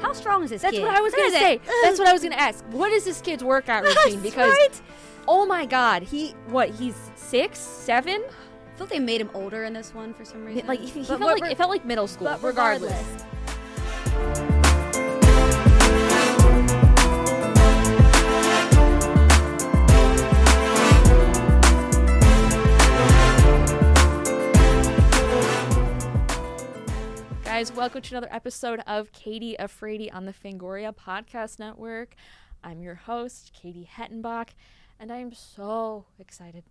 How strong is this That's kid? what I was Look gonna at say. that. That's what I was gonna ask. What is this kid's workout routine? That's Because right. oh my god, he what? He's six, seven. I feel they made him older in this one for some reason. Like he, he But felt what like re- it felt like middle school. but regardless. guys, welcome to another episode of Katie Afraidy on the Fangoria Podcast Network. I'm your host, Katie Hettenbach, and I am so excited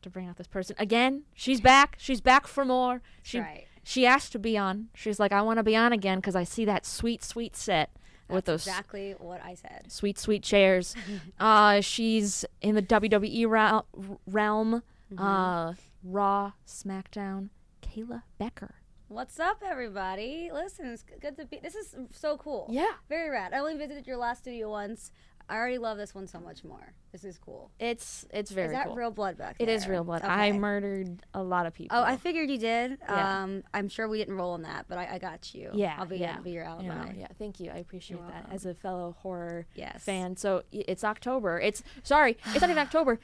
to bring out this person again. She's back. She's back for more. She right. she asked to be on. She's like, I want to be on again because I see that sweet, sweet set with those exactly what I said. sweet, sweet chairs. uh, she's in the WWE ra- realm. Uh, Raw, SmackDown. Kayla Becker. What's up, everybody? Listen, it's g- good to be. This is so cool. Yeah. Very rad. I only visited your last studio once. I already love this one so much more. This is cool. It's it's very is that cool. real blood back It there? is real blood. I Okay. murdered a lot of people. Oh, I figured you did. Yeah. Um, I'm sure we didn't roll on that, but I, I got you. yeah, I'll be, yeah, I'll be your You know, alibi. yeah, thank you. I appreciate You're that welcome. as a fellow horror Yes. fan. So y- it's October. It's sorry, it's not even October.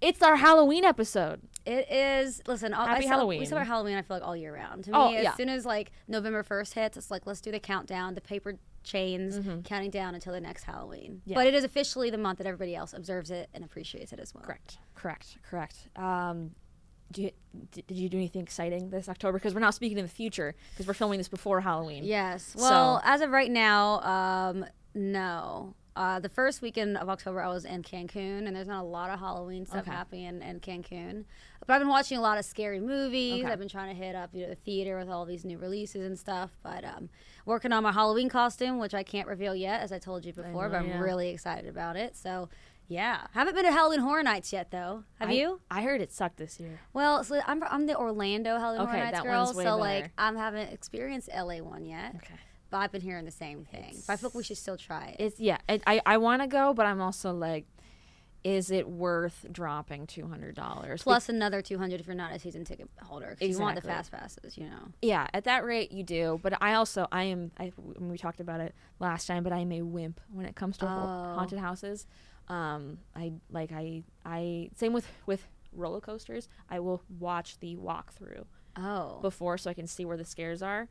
It's our Halloween episode. It is. Listen, all, I Happy cel- Halloween. We celebrate Halloween. I feel like all year round. To me, Oh, yeah. as soon as like November first hits, it's like let's do the countdown, the paper chains, counting down until the next Halloween. Mm-hmm. Yeah. But it is officially the month that everybody else observes it and appreciates it as well. Correct, correct, correct. Um, do you, d- did you do anything exciting this October? Because we're not speaking in the future because we're filming this before Halloween. Yes. So- Well, as of right now, um, no. Uh, the first weekend of October, I was in Cancun, and there's not a lot of Halloween stuff Okay. happening in, in Cancun. But I've been watching a lot of scary movies. Okay. I've been trying to hit up you know, the theater with all these new releases and stuff. But um, working on my Halloween costume, which I can't reveal yet, as I told you before. know, but I'm yeah. really excited about it. So. Yeah, haven't been to Halloween Horror Nights yet though. Have I- you? I heard it sucked this year. Well, so I'm I'm the Orlando Halloween Okay, Horror Nights that girl, one's way so better. like I haven't experienced LA one yet. Okay. But I've been hearing the same thing. but I feel like we should still try it. It's yeah. I I, I want to go, but I'm also like, is it worth dropping two hundred dollars? Plus another 200 if you're not a season ticket holder. 'cause You want the Exactly. fast passes, you know. Yeah, at that rate you do. But I also I am I when we talked about it last time, but I am a wimp when it comes to ha- Oh. haunted houses. Um, I like I I same with with roller coasters. I will watch the walkthrough Oh. before so I can see where the scares are.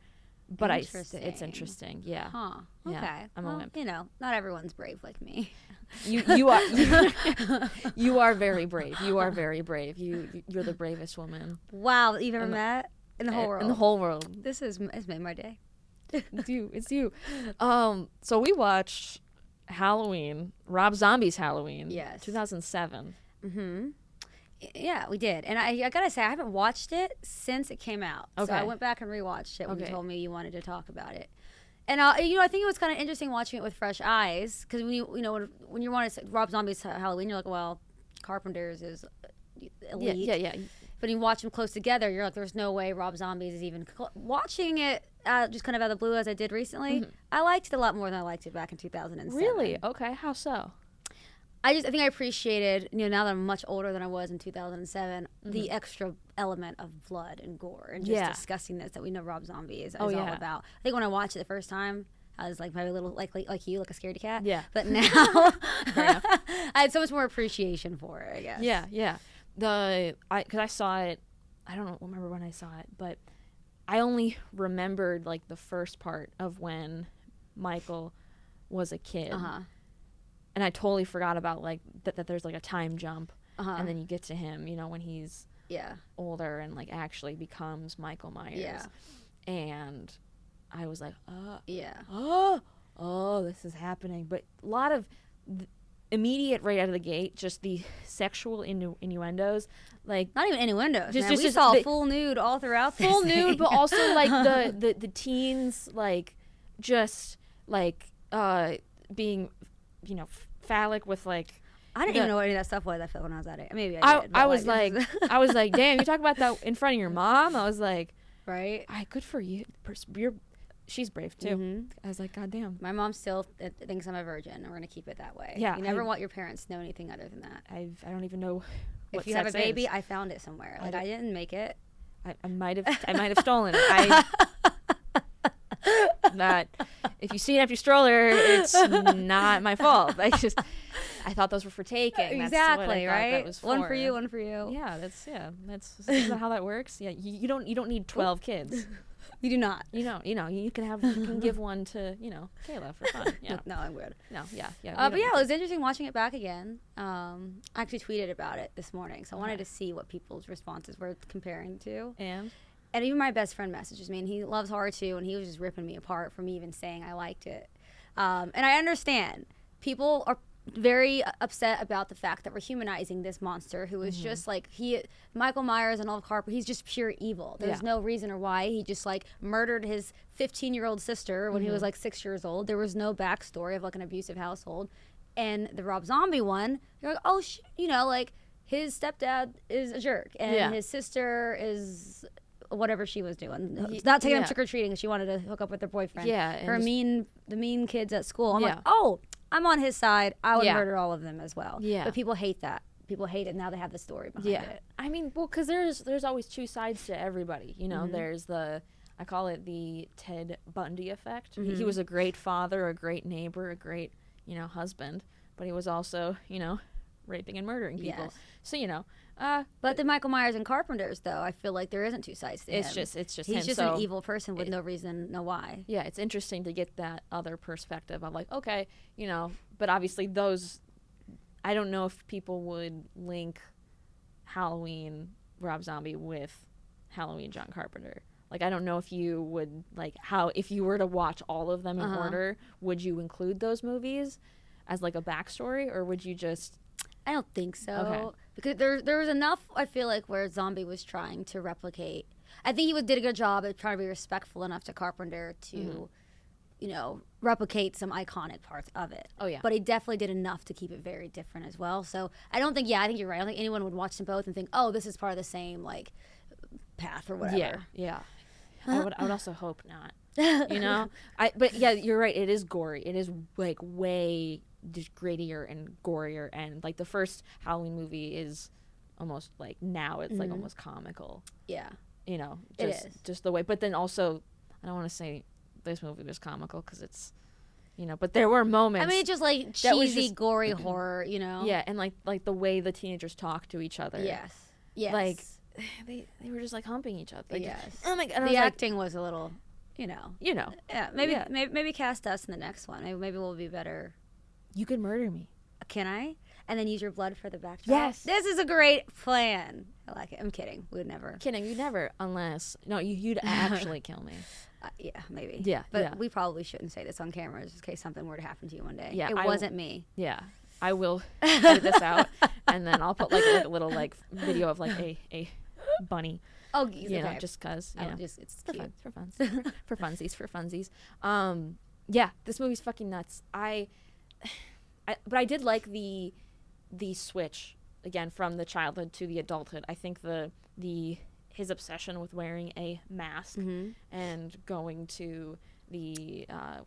But I s- it's Interesting. interesting. Yeah, huh. Yeah, Okay. I'm a well, wimp. you know, not everyone's brave like me. you you are you, are very brave. You are very brave. You you're the bravest woman Wow, that you've ever met in the whole world. in the whole world. This is has made my day. it's you. It's you. Um, so we watched Halloween, Rob Zombie's Halloween. Yes. 2007. Mm-hmm. Y- Yeah, we did. And I, I gotta say, I haven't watched it since it came out. So I Okay. went back and rewatched it when Okay. you told me you wanted to talk about it. And uh, you know, I think it was kind of interesting watching it with fresh eyes because when you you know when, when you want to Rob Zombie's Ha- Halloween, you're like, well, Carpenter's is uh, Yeah, elite. yeah, yeah. But you watch them close together, you're like, there's no way Rob Zombie's is even cl-. watching it. Uh, just kind of out of the blue, as I did recently. I liked it a lot more than I liked it back in 2007. Mm-hmm. Really? Okay. How so? I just I think I appreciated you know now that I'm much older than I was in 2007 the extra element of blood and gore and just Mm-hmm. Yeah. discussing this that we know Rob Zombie is, is Oh, all yeah. about. I think when I watched it the first time. I was like maybe a little like like, like you, like a scaredy cat. Yeah. But now I had so much more appreciation for it. I guess. Yeah, yeah. The I because I saw it. I don't know- remember when I saw it, but I only remembered like the first part of when Michael was a kid, Uh-huh. and I totally forgot about like that, that there's like a time jump, Uh-huh. and then you get to him, you know, when he's Yeah. older and like actually becomes Michael Myers. Yeah. And I was like, oh, Yeah. oh, oh, this is happening. But a lot of th- immediate right out of the gate, just the sexual innu- innuendos, like Not even innuendos. Just- man. just- we just saw the- full nude all throughout. this full thing. nude, but also like the, the the teens like just like uh being you know phallic with like I didn't the- even know what any of that stuff was. I feel when I was at it. Maybe I, I, did. but, I was this like is- I was like damn you talk about that in front of your mom I was like right. Mm-hmm. I good for you. Pers- You're, she's brave too. I was like, God damn. My mom still th- thinks I'm a virgin, and we're gonna keep it that way. Yeah, you never I- want your parents to know anything other than that. I've I don't even know. What if you have a sex is. baby, I found it somewhere. Like don't- I, didn't make it. I, I might have I might have stolen it. I, that If you see an empty stroller, it's not my fault. I just, I thought those were for taking. That's what I exactly thought right. That was One for you, one for you. Yeah, that's yeah, that's is that how that works. Yeah, you, you don't you don't need twelve kids. You do not. You know, you know, you can have you can give one to you know Kayla for fun. Yeah, No, I'm good. no, yeah, yeah. Uh, but we don't yeah, it was interesting watching it back again. Um, I actually tweeted about it this morning, so I wanted to see what people's responses were comparing to. need- and And even my best friend messages me, and he loves horror too, and he was just ripping me apart for me even saying I liked it. Um, and I understand people are very upset about the fact that we're humanizing this monster who Mm-hmm. is just like he Michael Myers and Olive Carper he's just pure evil there's Yeah. no reason or why he just like murdered his 15 year old sister when Mm-hmm. he was like 6 years old there was no backstory of like an abusive household and the Rob Zombie one you're like oh sh-, you know like his stepdad is a jerk and Yeah. his sister is whatever she was doing not taking him yeah. trick or treating she wanted to hook up with her boyfriend Yeah, and her just- mean the mean kids at school. I'm like, Yeah. oh, I'm on his side. I would Yeah. murder all of them as well. Yeah. but people hate that. People hate it now. They have the story behind yeah. it. I mean, well, because there's there's always two sides to everybody. You know, Mm-hmm. there's the I call it the Ted Bundy effect. He- He, Mm-hmm. was a great father, a great neighbor, a great you know husband, but he was also you know raping and murdering people. Yes. So you know, uh, But the Michael Myers and Carpenters, though, I feel like there isn't two sides to it's him. just it's just he's him. just so, an evil person with no reason, no why. yeah, it's interesting to get that other perspective of like, okay, you know, but obviously those, I don't know if people would link Halloween Rob Zombie with Halloween John Carpenter. Like, I don't know if you would like how if you were to watch all of them in Uh-huh. order, would you include those movies as like a backstory, or would you just I don't think so. Okay. Because there, there was enough. I feel like where Zombie was trying to replicate. I think he was, did a good job at trying to be respectful enough to Carpenter to, Mm-hmm. you know, replicate some iconic parts of it. Oh, yeah. But he definitely did enough to keep it very different as well. So I don't think. Yeah, I think you're right. I don't think anyone would watch them both and think, oh, this is part of the same like path or whatever. Yeah, yeah. I would. I would also hope not. You know, I. But yeah, you're right. It is gory. It is like way just grittier and gorier, and like the first Halloween movie is almost like now it's like almost comical. Yeah. You know, It just is. just the way. But then also, I don't want to say this movie was comical because it's, you know, but there were moments. I mean, it's just like That was cheesy, just- gory horror. You know. yeah, and like like the way the teenagers talk to each other. Yes. Yes. Like they they were just like humping each other. Like, Yes. Oh my god. and I the was like, acting was a little, you know. you know, Yeah, maybe, Yeah. maybe maybe cast us in the next one. Maybe, maybe we'll be better. you could murder me. Can I? And then use your blood for the backdrop. Yes. this is a great plan. I like it. I'm kidding. We would never. Kidding, you never, unless no, you, you'd actually kill me. Uh, yeah, maybe. Yeah, but yeah. we probably shouldn't say this on camera just in case something were to happen to you one day. Yeah, it I w- wasn't me. Yeah, I will edit this out, and then I'll put like, like a little like video of like a a bunny, Oh, geez, you okay. know, just cause you I know, don't just it's for cute. fun, for funs, for funsies, for funsies. Um, yeah, this movie's fucking nuts. I, I, but I did like the, the switch again from the childhood to the adulthood. I think the the his obsession with wearing a mask Mm. and going to the uh,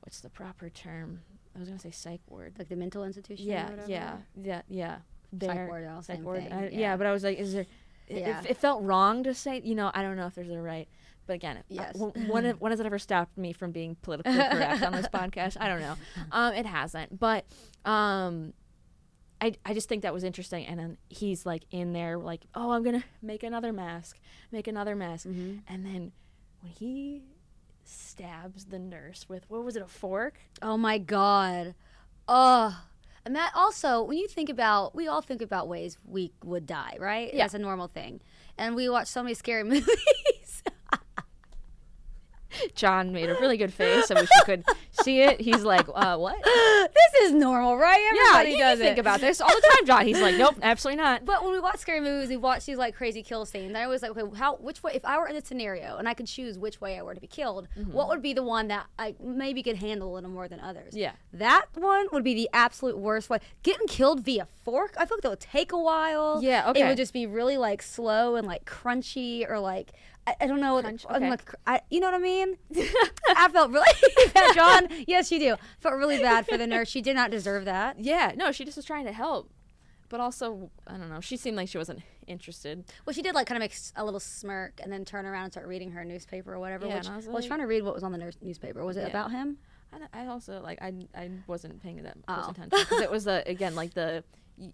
what's the proper term? I was gonna say psych ward. Like the mental institution. or Yeah, whatever. yeah, yeah, yeah. There- ward, all same thing, I- yeah. yeah. but I was like, is there? It, Yeah. it, it felt wrong to say. You know, I don't know if there's a right. But again, Yes. yes. when, when has it ever stopped me from being politically correct on this podcast? I don't know. Um, it hasn't. But um, I, I just think that was interesting. And then he's like in there, like, oh, I'm going to make another mask, make another mask. Mm-hmm. And then when he stabs the nurse with, what was it, a fork? Oh my god. Ugh. And that also, when you think about, we all think about ways we would die, right? Yeah. That's a normal thing. And we watch so many scary movies. John made a really good face. I wish you could see it. He's like, uh, what? this is normal, right? Everybody yeah, you- does you think it. about this all the time, John. He's like, nope, absolutely not. But when we watch scary movies, we watch these like crazy kill scenes. I was like, okay, how? Which way? If I were in a scenario and I could choose which way I were to be killed, Mm-hmm. what would be the one that I maybe could handle a little more than others? Yeah. that one would be the absolute worst one. Getting killed via fork, I feel like that would take a while. Yeah, It okay. would just be really like slow and like crunchy or like. I, I don't know. what Crunch, I'm okay. like, I, you know what I mean? I felt really bad, John. Yes, you do. Felt really bad for the nurse. She did not deserve that. Yeah, no, she just was trying to help. But also, I don't know, she seemed like she wasn't interested. Well, she did like kind of make s- a little smirk and then turn around and start reading her newspaper or whatever. Yeah, which and I was well, I was like- trying to read what was on the nurse- newspaper. Was it Yeah. about him? I, don't- I also like I I wasn't paying that close Oh. attention because it was the again like the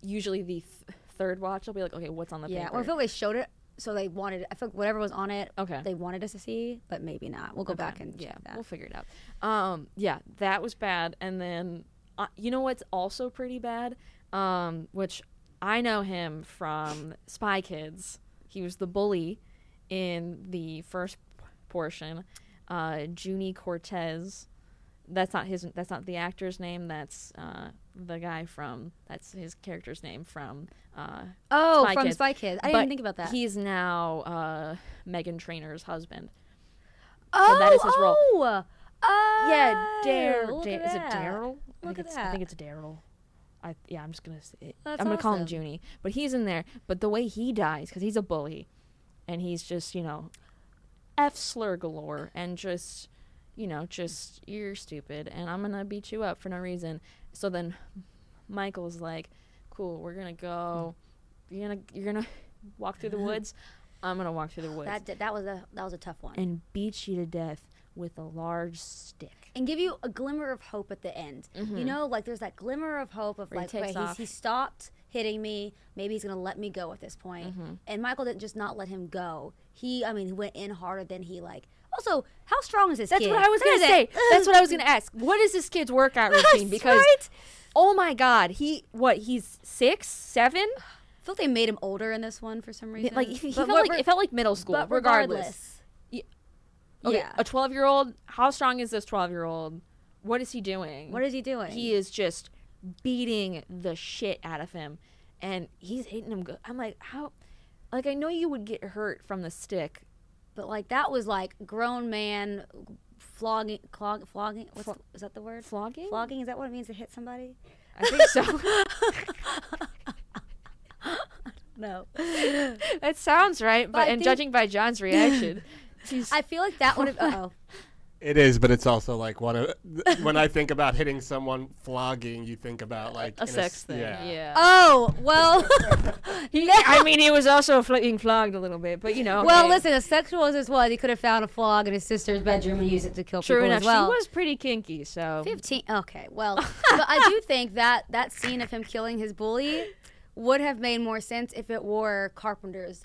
usually the th- third watch I'll be like okay what's on the yeah. paper Or I feel they showed it, so they wanted. I feel like whatever was on it, okay they wanted us to see, but maybe not. We'll go Okay. back and yeah, check that. we'll figure it out. Um, yeah, that was bad. And then uh, you know what's also pretty bad, um, which I know him from Spy Kids. He was the bully in the first p- portion. Uh, Junie Cortez. That's not his. That's not the actor's name. That's uh, the guy from. That's his character's name from. Uh, oh, Spy from Kids. Spy Kids. I But didn't even think about that. He's now uh, Megan Trainor's husband. oh, that is his role. oh! Oh, uh, Yeah, Daryl. look Da- at is it that. Daryl? I Look think at it's, I think that. it's Daryl. I yeah, I'm just gonna. Say it. I'm That's gonna call him awesome. Junie, but he's in there. But the way he dies, because he's a bully, and he's just you know, f slur galore, and just you know, just you're stupid, and I'm gonna beat you up for no reason. So then, Michael's like, "Cool, we're gonna go. You're gonna you're gonna walk through the woods. I'm gonna walk through the woods That did- that was a that was a tough one. And, and beat you to death with a large stick." give you a glimmer of hope at the end. You know, like there's that glimmer of hope of Mm-hmm. Where he like, wait, takes he's, off. he stopped hitting me. Maybe he's gonna let me go at this point. Mm-hmm. And Michael didn't just not let him go. He, I mean, he went in harder than he like. Also, how strong is this That's kid? what I was Look gonna at say. it. That's what I was gonna ask. What is this kid's workout routine? Because Right? oh my god, he what? He's six, seven. I feel they made him older in this one for some reason. Like he But felt what- like it felt like middle school. but regardless, Y- okay, yeah. a twelve-year-old. How strong is this twelve-year-old? What is he doing? What is he doing? He is just beating the shit out of him, and he's hitting him. Go- I'm like, how? Like I know you would get hurt from the stick. but like that was like grown man flogging, clog, flogging. What's Flo- the- is that the word? Flogging? Flogging is that what it means to hit somebody? I think so. No. that sounds right, but, I and think- judging by John's reaction, he's I feel like that would have. Oh, It is, but it's also like one of when I think about hitting someone flogging, you think about like a in sex s- thing. yeah. oh well. I mean, he was also fl- being flogged a little bit, but you know. Well, hey. listen. As sexual as this was, he could have found a flog in his sister's bedroom and used it to kill True people enough, as well. she was pretty kinky, so. 15 okay well but i do think that that scene of him killing his bully would have made more sense if it were carpenter's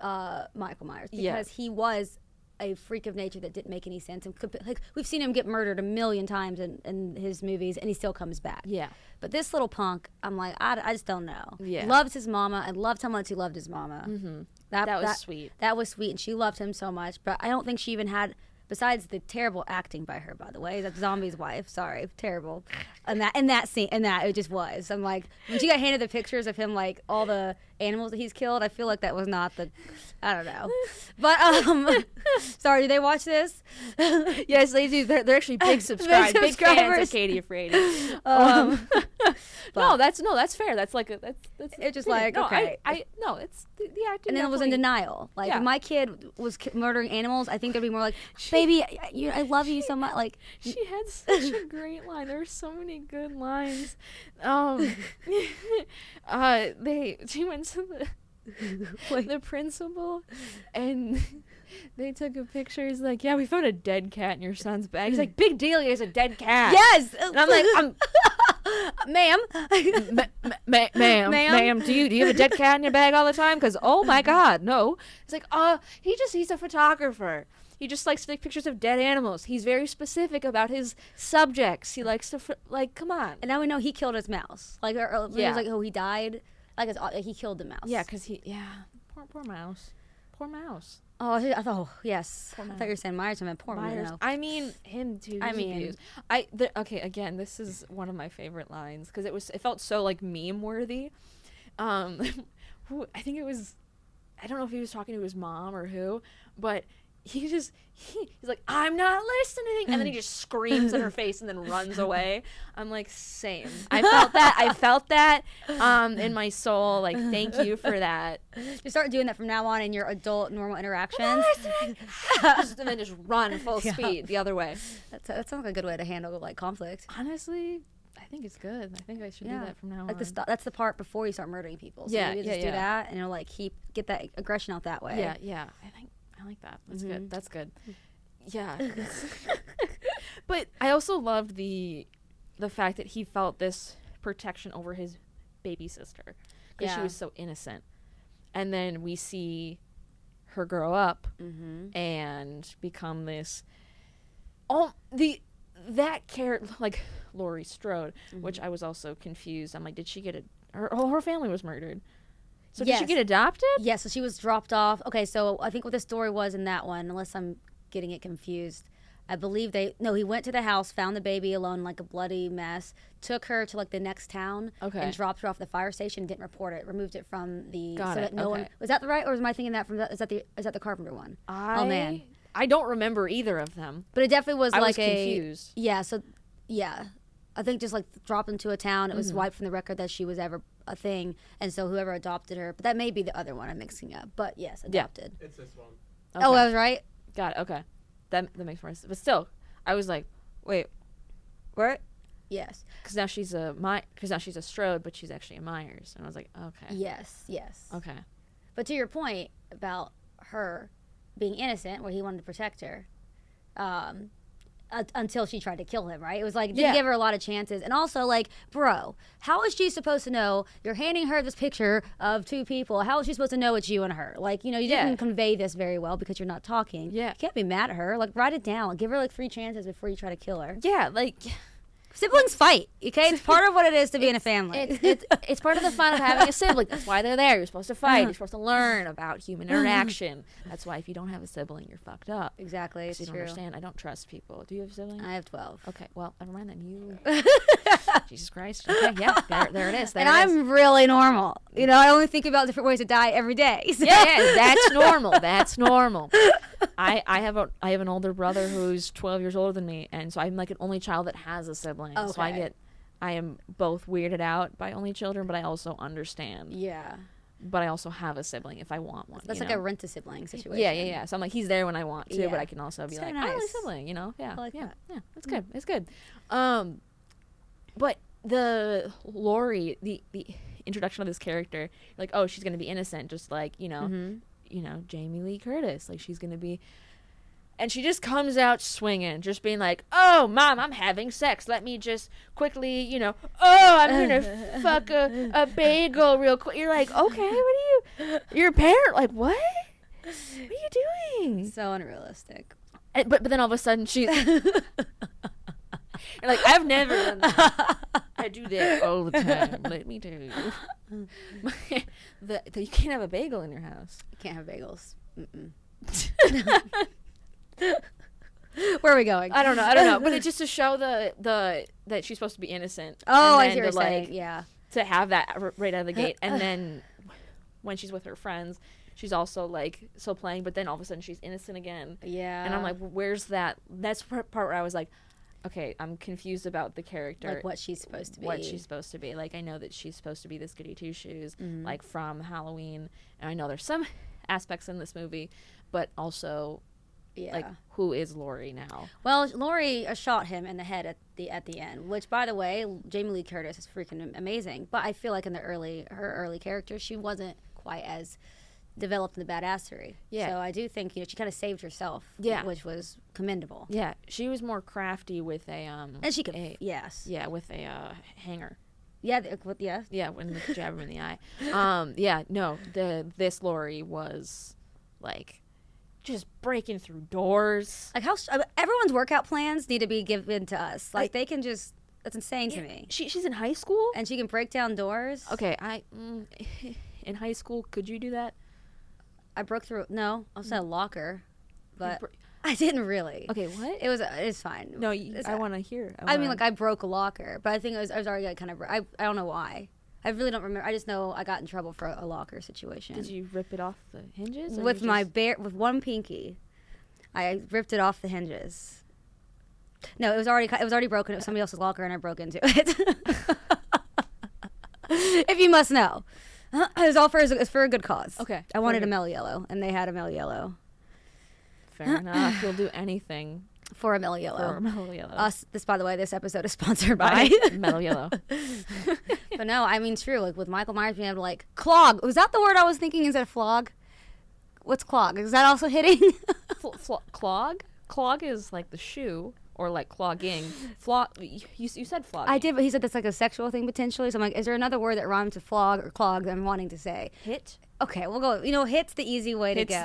uh, michael myers because Yeah. he was a freak of nature that didn't make any sense and could, like we've seen him get murdered a million times in, in his movies and he still comes back Yeah. but this little punk i'm like i, I just don't know Yeah. loves his mama and loved how much he loved his mama mm-hmm. that, That was sweet. that was sweet and she loved him so much but i don't think she even had besides the terrible acting by her by the way that zombie's wife sorry terrible and that in that scene in that it just was i'm like when she got handed the pictures of him like all the animals that he's killed i feel like that was not the i don't know but um sorry did they watch this Yes, they do. They're, they're actually big, subscribe, big fans of subscribers. Katie Afraidy. Um, no, that's no, that's fair. That's like a, that's that's. It's just yeah, like, no, okay. I, I no, it's the, the acting. and then it was in definitely- denial like Yeah. if my kid was k- murdering animals i think there'd be more like baby I, you, I love you so much like She had such a great line. There were so many good lines. Um, uh, they she went to the the principal, and they took a picture. He's like, "Yeah, we found a dead cat in your son's bag." He's like, "Big deal, there's a dead cat." yes and I'm like, "I'm ma'am ma- ma- ma- ma'am, ma'am, Ma'am? do you do you have a dead cat in your bag all the time? Because oh my god, no. It's like, uh, he just he's a photographer. He just likes to take pictures of dead animals. He's very specific about his subjects. He likes to ph- like, come on. And now we know he killed his mouse. Like, or, or Yeah. it was like, oh, he died. Like, it's, like, he killed the mouse. Yeah, because he yeah, poor poor mouse, poor mouse. Oh, I thought, oh, yes. I thought you were saying Myers. I meant poor Myers. Myers. I mean him too. I he's mean- abused. I the, okay. Again, this is one of my favorite lines because it was it felt so like meme worthy. Um, who I think it was, I don't know if he was talking to his mom or who, but he just he, he's like I'm not listening, and then he just screams in her face and then runs away. I'm like same. I felt that. I felt that um in my soul. Like thank you for that. You start doing that from now on in your adult normal interactions. and then just run full Yeah. speed the other way. That's, that sounds like a good way to handle like conflict. honestly, I I think it's good. I think I should Yeah. do that from now Like on. the st- that's the part before you start murdering people. So Yeah, maybe yeah, just do yeah. that and it'll like keep get that aggression out that way. Yeah, yeah. I think I like that. That's Mm-hmm. good. That's good. Mm. Yeah. but I also loved the the fact that he felt this protection over his baby sister because she Yeah. was so innocent. And then we see her grow up Mm-hmm. and become this all the that character like Laurie Strode, Mm-hmm. which I was also confused. I'm like, did she get a her all her family was murdered. So did Yes. she get adopted? Yeah, so she was dropped off. Okay, so I think what the story was in that one, unless I'm getting it confused. I believe they no, he went to the house, found the baby alone like a bloody mess, took her to like the next town Okay. and dropped her off at the fire station, didn't report it, removed it from the Got so it, that no one okay. was that the right or was my thinking that from that is that the is that the carpenter one? I, Oh, man. I don't remember either of them. But it definitely was I like was a confused. Yeah, so yeah. I think just like dropped into a town, it was Mm-hmm. wiped from the record that she was ever a thing, and so whoever adopted her, but that may be the other one I'm mixing up. But yes, adopted. It's this one. Oh, Okay. I was right. Got it. Okay, that that makes more sense. But still, I was like, wait, what? Yes. Because now she's a my because now she's a Strode, but she's actually a Myers, and I was like, okay, Yes, yes. okay, But to your point about her being innocent, where he wanted to protect her, um, u- until she tried to kill him, right? It was like didn't Yeah. give her a lot of chances, and also like, bro, how is she supposed to know? You're handing her this picture of two people. How is she supposed to know it's you and her? Like, you know, you Yeah. didn't convey this very well because you're not talking. Yeah. you can't be mad at her. Like, write it down. Give her like three chances before you try to kill her. yeah, like Siblings fight. Okay, it's part of what it is to be in a family. it's, it's it's part of the fun of having a sibling. That's why they're there. You're supposed to fight. You're supposed to learn about human interaction. That's why if you don't have a sibling, you're fucked up. exactly. 'Cause It's you don't true. understand. I don't trust people. Do you have a sibling? I have twelve. okay, well, never mind then. You, Jesus Christ. Okay, yeah, there, there it is. There and it is. I'm really normal. You know, I only think about different ways to die every day. So- yeah, yeah, that's normal. That's normal. I, I have a I have an older brother who's 12 years older than me, and so I'm like an only child that has a sibling. So I Okay. get I am both weirded out by only children, but I also understand. Yeah. But I also have a sibling if I want one. That's you like a know? rent a sibling situation. yeah, yeah, yeah. So I'm like he's there when I want to, but Yeah. I can also be It's like kinda I have a nice. sibling, you know? Yeah, I like yeah, that. Mm. yeah. It's good. It's good. Um, but the Lori, the the introduction of this character, like oh she's gonna be innocent, just like you know, Mm-hmm. you know Jamie Lee Curtis, like she's gonna be, and she just comes out swinging, just being like, oh mom, I'm having sex. Let me just quickly, you know, oh I'm gonna fuck a, a bagel real quick. You're like okay, what are you? Your parent like what? What are you doing? So unrealistic. And, but but then all of a sudden she's you're like, I've never done that. I do that all the time. Let me tell you. the, the- you can't have a bagel in your house. Can't have bagels. Mm-mm. Where are we going? I don't know. I don't know. But it's just to show the the that she's supposed to be innocent. Oh, And I then see what to, you're saying. like, Yeah. To have that r- right out of the gate, and then when she's with her friends, she's also like so playing. But then all of a sudden she's innocent again. Yeah. And I'm like, where's that? That's the part where I was like, okay, I'm confused about the character. like what she's supposed to be. what she's supposed to be. Like I know that she's supposed to be this goody two shoes, Mm-hmm. like from Halloween, and I know there's some aspects in this movie, but also yeah. like who is Lori now? Well, Lori uh, shot him in the head at the at the end, which, by the way, Jamie Lee Curtis is freaking am- amazing. But I feel like in the early her early character, she wasn't quite as developed in the badassery. Yeah. So I do think you know she kind of saved herself. Yeah. Which was commendable. Yeah, she was more crafty with a um. And she could. a- yes. yeah, with a uh, hanger. Yeah. th- with- yeah. Yeah, when you jab him in the eye. Um, yeah, no, the this Lori was like just breaking through doors. Like how st- everyone's workout plans need to be given to us. Like they can just. That's insane to me. She she's in high school. And she can break down doors. Okay, I mm, in high school could you do that? I broke through. No, I was in a locker, but I didn't really. Okay, what? It was. uh, It's fine. No, you, It's- I want to hear. I mean, wanna- like I broke a locker, but I think I was, I was already like, kind of. I I don't know why. I really don't remember. I just know I got in trouble for a locker situation Did you rip it off the hinges? or with you my just- bare with one pinky. I ripped it off the hinges. No, it was already cu- it was already broken. It was somebody else's locker, and I broke into it. if you must know, it was all for it was for a good cause. Okay. I wanted a Okay. mel yellow, and they had a mel yellow. Fair enough. You'll do anything. for a Mellow Yellow. for Metal Yellow. Us. This, by the way, this episode is sponsored by. Bye. Metal Yellow. but no, I mean true. Like with Michael Myers being able to like clog. Was that the word I was thinking instead of flog? What's clog? Is that also hitting? Fl- fl- clog? Clog is like the shoe or like clogging. Flog. You, you said flogging. I did, but he said that's like a sexual thing potentially. So I'm like, is there another word that rhymes with flog or clog that I'm wanting to say? Hit. Okay, we'll go. You know, hits the easy way to Hits go.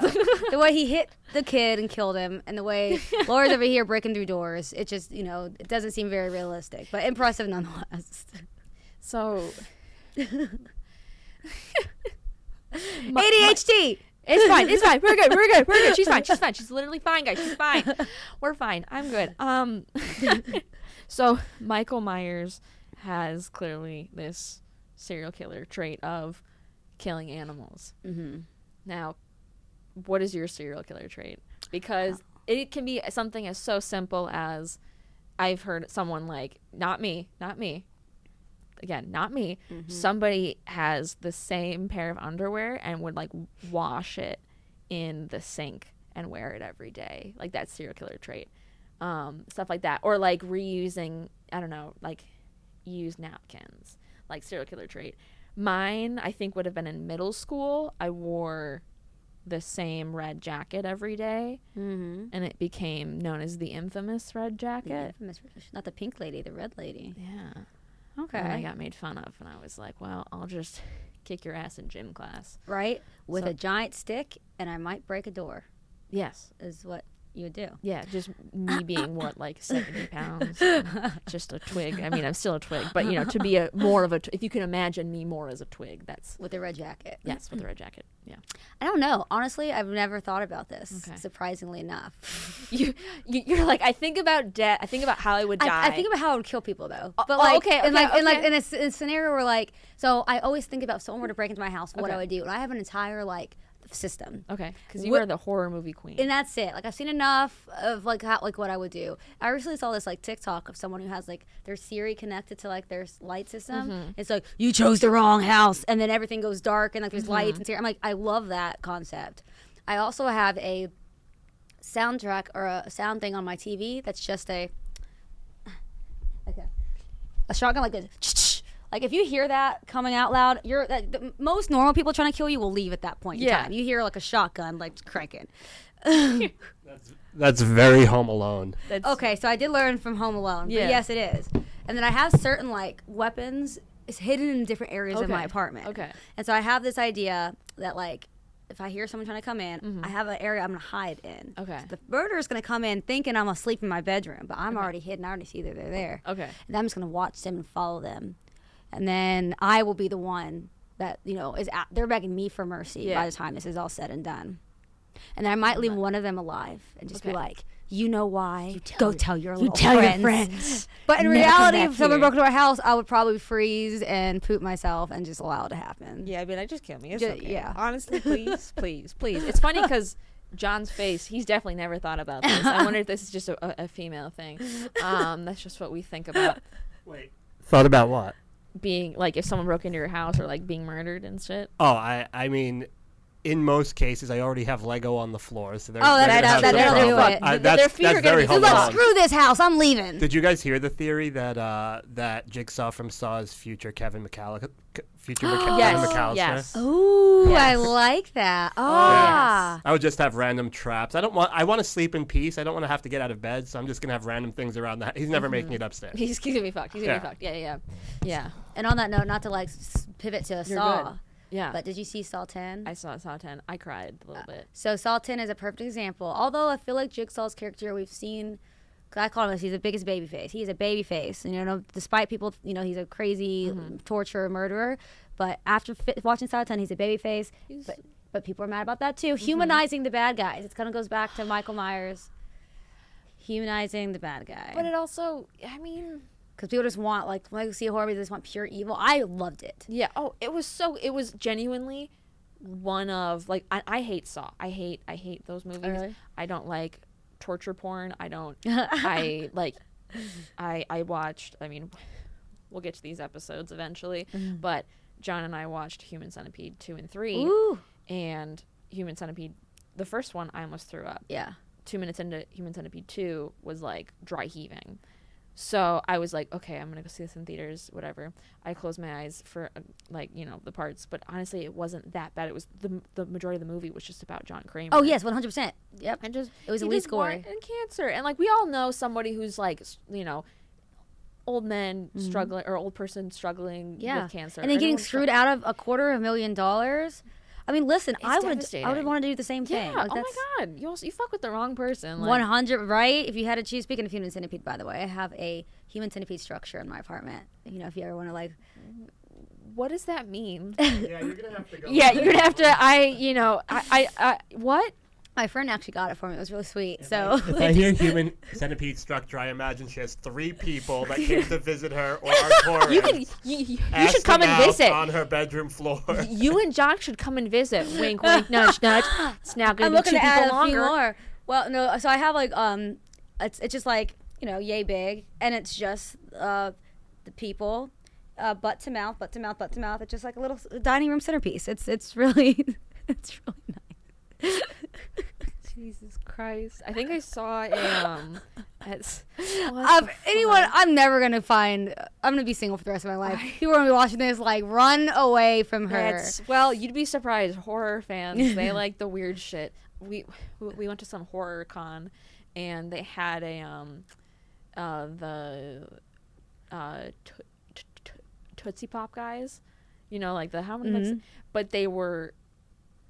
the way he hit the kid and killed him, and the way Laura's over here breaking through doors. It just, you know, it doesn't seem very realistic, but impressive nonetheless. So ADHD. It's fine. It's fine. We're good. We're good. We're good. She's fine. She's fine. She's literally fine, guys. She's fine. We're fine. I'm good. Um so Michael Myers has clearly this serial killer trait of killing animals. Mhm. Now, what is your serial killer trait? Because it can be something as so simple as I've heard someone like, not me, not me. Again, not me. Somebody has the same pair of underwear and would like wash it in the sink and wear it every day. Like that serial killer trait. Um, stuff like that. Or like reusing, I don't know, like used napkins, like serial killer trait. Mine, I think, would have been in middle school. I wore the same red jacket every day, Mm-hmm. and it became known as the infamous red jacket. Not the pink lady, the red lady. Yeah. Okay. And I got made fun of, and I was like, well, I'll just kick your ass in gym class. right? With So- a giant stick, and I might break a door, Yes. is what you would do. Yeah, just me being what like seventy pounds, and just a twig. I mean, I'm still a twig, but you know, to be a more of a, tw- if you can imagine me more as a twig, that's With a red jacket. yes, with a red jacket. Yeah, I don't know. Honestly, I've never thought about this, Okay. surprisingly enough. you, you you're like I think about death. I think about how I would die. I, I think about how I would kill people though. Oh, But oh, like, okay, okay, in like, in like okay. in a, s- in a scenario where like, so I always think about if someone were to break into my house, what Okay. I would do. And I have an entire like system. Okay, because you What- are the horror movie queen. And that's it. Like I've seen enough of like how, like what I would do. I recently saw this like TikTok of someone who has like their Siri connected to like their s- light system. It's like you chose the wrong house, and then everything goes dark and like there's lights and Siri. I'm like I love that concept. I also have a soundtrack or a sound thing on my TV that's just a okay a shotgun like this. Like if you hear that coming out loud, you're that, the, most normal people trying to kill you will leave at that point. Yeah. in time. you hear like a shotgun like cranking. That's very Home Alone. That's, Okay, so I did learn from Home Alone. Yeah. But yes, it is. And then I have certain like weapons is hidden in different areas in my Okay. apartment. Okay. And so I have this idea that like if I hear someone trying to come in, I have an area I'm gonna hide in. Mm-hmm. Okay. So the murderer's gonna come in thinking I'm asleep in my bedroom, but I'm already hidden. I already see that they're there. Okay. And I'm just gonna watch them and follow them, and then I will be the one that you know is at, they're begging me for mercy Yeah. by the time this is all said and done, and then I might leave one of them alive and just be Okay. like, you know why? tell Go your- tell your you little tell your friends. friends. But in Never come reality, back if someone here. broke into our house, I would probably freeze and poop myself and just allow it to happen. Yeah, I mean, I just kill me. It's Ju- okay. yeah. Honestly, please, please, please. It's funny because John's face, he's definitely never thought about this. I wonder if this is just a, a- a female thing. Um, that's just what we think about Wait. Thought about what? being like if someone broke into your house or like being murdered and shit. Oh, I I mean, in most cases, I already have Lego on the floor, so they're, Oh, they're that- gonna have that- the that'll do problem. it. I, Th- that's their feet that's are gonna very be- Home Dude, Hold like, on. Alone. screw this house. I'm leaving. Did you guys hear the theory that uh, that Jigsaw from Saw is future Kevin McCallister? Future McCa- Yes, Kevin McCallister. yes. Ooh, I Yes. like that. Ah. I would just have random traps. I don't want. I want to sleep in peace. I don't want to have to get out of bed, so I'm just gonna have random things around that. He's never making it upstairs. He's, he's gonna be fucked. He's gonna be Yeah. fucked. Yeah, yeah, yeah, And on that note, not to like s- pivot to a You're Saw, good. yeah. but did you see Saw 10? I saw Saw Ten. I cried a little bit. So Saw 10 is a perfect example. Although I feel like Jigsaw's character we've seen, 'cause I call him this, he's the biggest baby face. He is a baby face. You know, despite people, you know, he's a crazy torturer, murderer. But after fi- watching Saw 10, he's a baby face. But, but people are mad about that too. Humanizing the bad guys. It kind of goes back to Michael Myers. Humanizing the bad guy. But it also, I mean, Because people just want, like, when I see a horror movie, they just want pure evil. I loved it. Yeah. Oh, it was so. It was genuinely one of like I, I hate Saw. I hate I hate those movies. really? I don't like torture porn. I don't. I like. I I watched. I mean, we'll get to these episodes eventually, Mm-hmm. but John and I watched Human Centipede two and three, Ooh. and Human Centipede, the first one I almost threw up. Yeah. two minutes into Human Centipede 2 was like dry heaving. So I was like, okay, I'm going to go see this in theaters, whatever. I closed my eyes for uh, like, you know, the parts, but honestly, it wasn't that bad. It was the, the majority of the movie was just about John Kramer. Oh yes, one hundred percent. Yep. And just It was he Elise just want- Gorey. and cancer. And like we all know somebody who's like, s- you know, old men struggling or old person struggling Mm-hmm. Yeah. with cancer. And then getting Everyone's struggling. screwed out of a quarter of a million dollars. I mean, listen, I would I would devastating. want to do the same thing. Yeah. oh my god. You also you fuck with the wrong person. Like, One hundred, right? If you had to choose, speaking of human centipede, by the way, I have a human centipede structure in my apartment. You know, if you ever want to like, what does that mean? Yeah, you're gonna have to go. yeah, you're gonna have to. I you know I I, I what? my friend actually got it for me. It was really sweet. So If I hear human centipede structure, I imagine she has three people that came to visit her or are tourists. You can you, you, you Ask should come them and out visit. on her bedroom floor. You and Jock should come and visit. Wink, wink, nudge, nudge. It's now gonna I'm be looking two to add people a few longer. more. Well, no, so I have like um, it's it's just like you know, yay big, and it's just uh, the people, uh, butt to mouth, butt to mouth, butt to mouth. It's just like a little s- dining room centerpiece. It's it's really it's really nice. Jesus Christ! I think I saw a um. At, Um, anyone, I'm never gonna find. I'm gonna be single for the rest of my life. People are gonna be watching this, like, run away from her. That's well, you'd be surprised. Horror fans, they like the weird shit. We we went to some horror con, and they had a um, uh, the uh, to- to- to- Tootsie Pop guys, you know, like the how many, Mm-hmm. Mexican- but they were.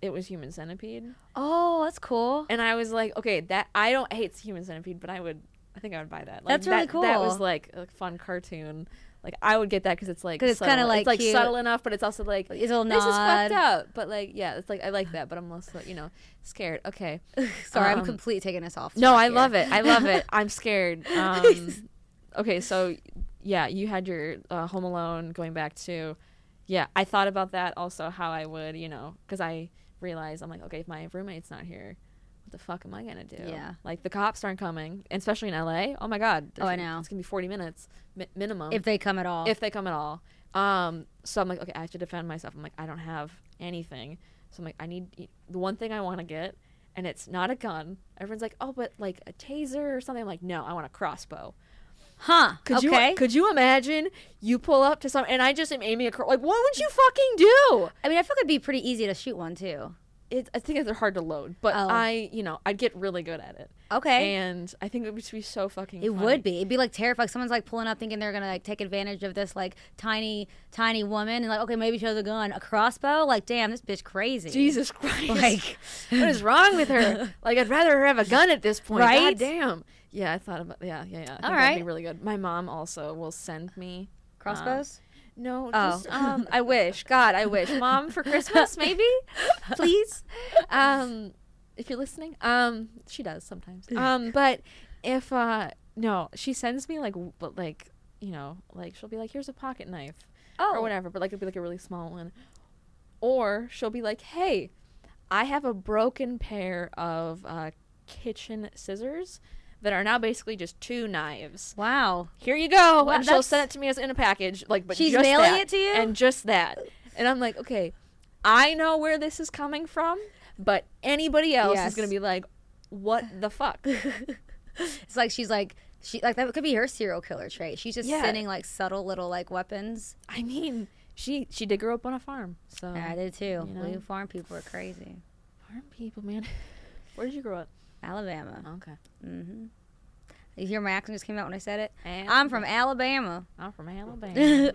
It was Human Centipede, oh, that's cool. and I was like, okay, that I don't hate Human Centipede, but I would, I think I would buy that. Like, That's really that, That was cool. like a fun cartoon. Like I would get that because it's like 'Cause it's subtle. kinda, like, like cute. subtle enough, but it's also like It's a little this is nod. fucked up. But like, yeah, it's like I like that, but I'm also you know scared. Okay, Sorry, I'm Um, completely taking us off. no, track I here. love it. I love it. I'm scared. Um, okay, so yeah, you had your uh, Home Alone going back to, yeah, I thought about that also how I would you know because I realized I'm like okay if my roommate's not here. What the fuck am I gonna do? Yeah. like the cops aren't coming, and especially in LA. Oh my god! Oh, I there's- know. It's gonna be forty minutes mi- minimum If they come at all, if they come at all. Um, so I'm like, okay, I have to defend myself. I'm like, I don't have anything. So I'm like, I need the one thing I want to get, and it's not a gun. Everyone's like, oh, but like a taser or something. I'm like, no, I want a crossbow. huh? Could okay. you could you imagine you pull up to some and I just am aiming a cro- like what would you fucking do? I mean, I feel like it'd be pretty easy to shoot one too. It, I think they're hard to load, but Oh. I you know I'd get really good at it, Okay. and I think it would just be so fucking. it funny. would be. It'd be like terrifying. Someone's like pulling up, thinking they're gonna like take advantage of this like tiny, tiny woman, and like, okay, maybe she has a gun, a crossbow. Like, damn, this bitch crazy. Jesus Christ. Like- what is wrong with her? Like, I'd rather her have a gun at this point. Right? God damn. Yeah, I thought about Yeah, yeah, yeah. I think All That'd be right. really good. My mom also will send me. uh, crossbows. No, Oh. just, um, I wish. God, I wish. Mom, for Christmas, maybe? Please? Um, if you're listening. Um, she does sometimes. Um, but if, uh, no, she sends me, like, w- but, like, you know, like, she'll be like, here's a pocket knife oh, or whatever, but like it'd be like a really small one. Or she'll be like, "Hey, I have a broken pair of uh, kitchen scissors that are now basically just two knives. Wow. Here you go." Wow, and she'll that's- send it to me as in a package, like but She's just mailing that, it to you? and just that. And I'm like, okay, I know where this is coming from, but anybody else Yes. is gonna be like, "What the fuck?" It's like she's like she like that could be her serial killer trait. She's just Yeah. sending like subtle little like weapons. I mean, she she did grow up on a farm, so Yeah, I did too. Oh. you know? We farm people are crazy. farm people, man. Where did you grow up? Alabama. Okay. hmm You hear my accent just came out when I said it. And- I'm from Alabama. I'm from Alabama.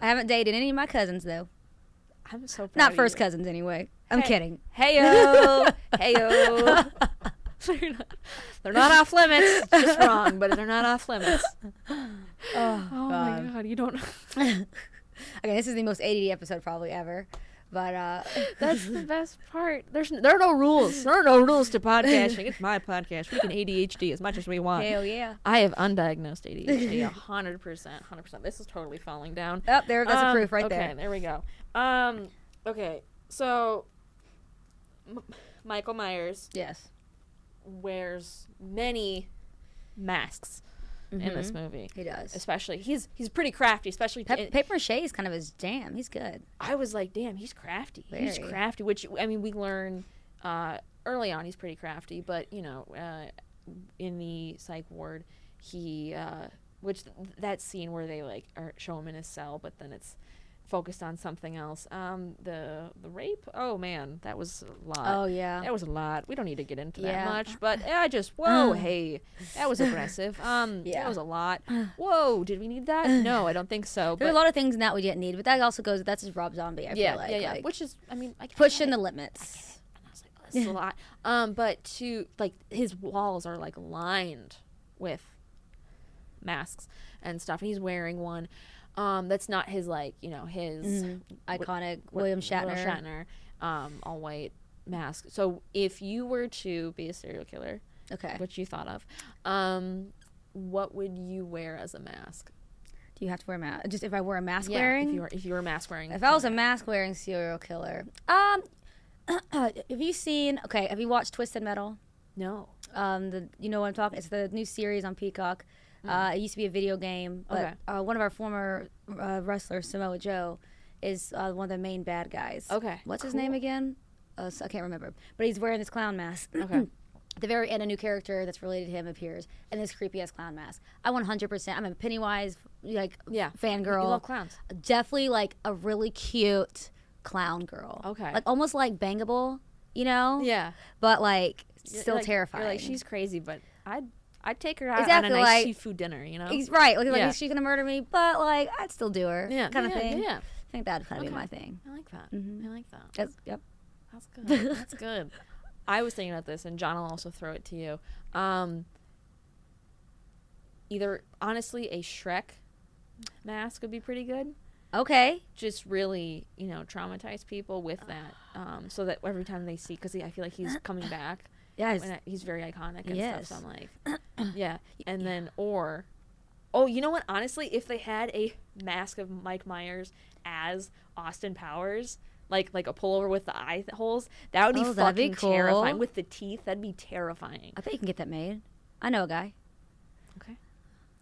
I haven't dated any of my cousins though. I'm so proud Not of first you. cousins anyway. I'm Hey. kidding. Heyo, heyo. they're, not, they're not off limits. It's just wrong, but they're not off limits. Oh, my god, you don't. okay, this is the most ADD episode probably ever. But uh That's the best part. There's n- there are no rules. There are no rules to podcasting. It's my podcast. We can ADHD as much as we want. hell yeah. I have undiagnosed ADHD. a hundred percent, hundred percent. This is totally falling down. Oh, there that's a Um, proof right okay, there. we go. Um, okay, so M- Michael Myers Yes. wears many masks in this movie. He does. Especially, he's he's pretty crafty. Especially, Pe- in- paper mache is kind of his jam. He's good. I was like, damn, he's crafty. He's Very. crafty. Which I mean, we learn uh, early on, he's pretty crafty, but you know, uh, in the psych ward, he uh, which th- that scene where they like are, show him in his cell, but then it's focused on something else. Um, the the rape. Oh man, that was a lot. Oh, yeah. that was a lot. We don't need to get into Yeah. Um. that much, but I just whoa hey, that was aggressive. Um, Yeah. that was a lot. Whoa, did we need that? No, I don't think so. There are a but lot of things in that we didn't need, but that also goes. That's just Rob Zombie. I yeah, feel like, yeah, yeah. like, Which is, I mean, I pushing the limits. That's a lot. Um, but to like his walls are like lined with masks and stuff, and he's wearing one. Um, that's not his like you know his Iconic what- William Mm-hmm. Shatner. Shatner, um, all white mask. So if you were to be a serial killer, Okay. which you thought of, um, what would you wear as a mask? Do you have to wear a mask? Just if I wore a mask Yeah, wearing. if you were if you were mask wearing, If I was a mask wearing serial killer, um, have you seen? Okay, have you watched Twisted Metal? no, Um, the you know what I'm talking. It's the new series on Peacock. Uh, it used to be a video game, but Mm-hmm. Okay. uh, one of our former uh, wrestlers, Samoa Joe, is uh, one of the main bad guys. Okay, what's his name again? Uh, s- I can't remember, but he's wearing this clown mask. Okay. At the very end, a new character that's related to him appears, and this creepy ass clown mask. I 100%. I'm a Pennywise like Yeah. fangirl You love clowns. definitely like a really cute clown girl. Okay. Like almost like bangable, you know? Yeah, But like You're still like- terrifying. You're like she's crazy, but I'd I'd take her out Exactly, on a nice like- seafood dinner, you know? He's right. Like, like, Yeah. is she gonna murder me? But like I'd still do her. yeah, Kind of yeah, thing. Mm-hmm. Yeah, I think that'd kind of Okay. be my thing. I like that. I like that. That's, yep. That's good. That's good. I was thinking about this, and John, I'll also throw it to you. Um, either honestly, a Shrek mask would be pretty good. Okay. Just really, you know, traumatize people with that, um, so that every time they see, because I feel like he's coming back. Yes. when I- he's very iconic and Yes. stuff. So I'm like, yeah. And then or, oh, you know what? Honestly, if they had a mask of Mike Myers as Austin Powers, like like a pullover with the eye th- holes, that would be Oh, that'd be fucking terrifying. cool. Uh, With the teeth, that'd be terrifying. I bet you can get that made. I know a guy. Okay.